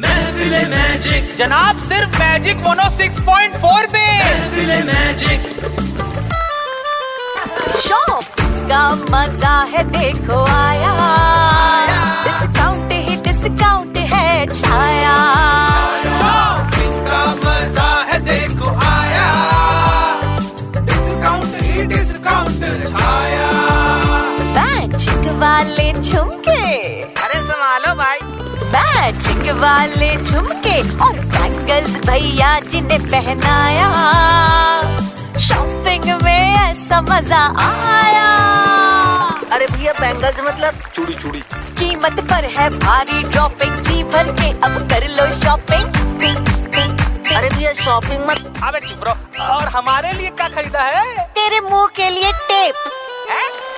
महफिले magic जनाब सिर्फ magic mono 6.4 पे महफिले मैजिक शॉप का मजा है देखो आया डिस्काउंट ही डिस्काउंट है छाया का मजा है देखो आया डिस्काउंट ही डिस्काउंट छाया मैजिक वाले झुमके अरे संभालो भाई मैजिक वाले झुमके और बैंगल्स भैया जी ने पहनाया शॉपिंग में ऐसा मजा आया अरे भैया बैंगल्स मतलब चूड़ी चूड़ी कीमत पर है भारी ड्रॉपिंग जी भर के अब कर लो शॉपिंग अरे भैया शॉपिंग मत अबे चुप रहो और हमारे लिए क्या खरीदा है तेरे मुंह के लिए टेप है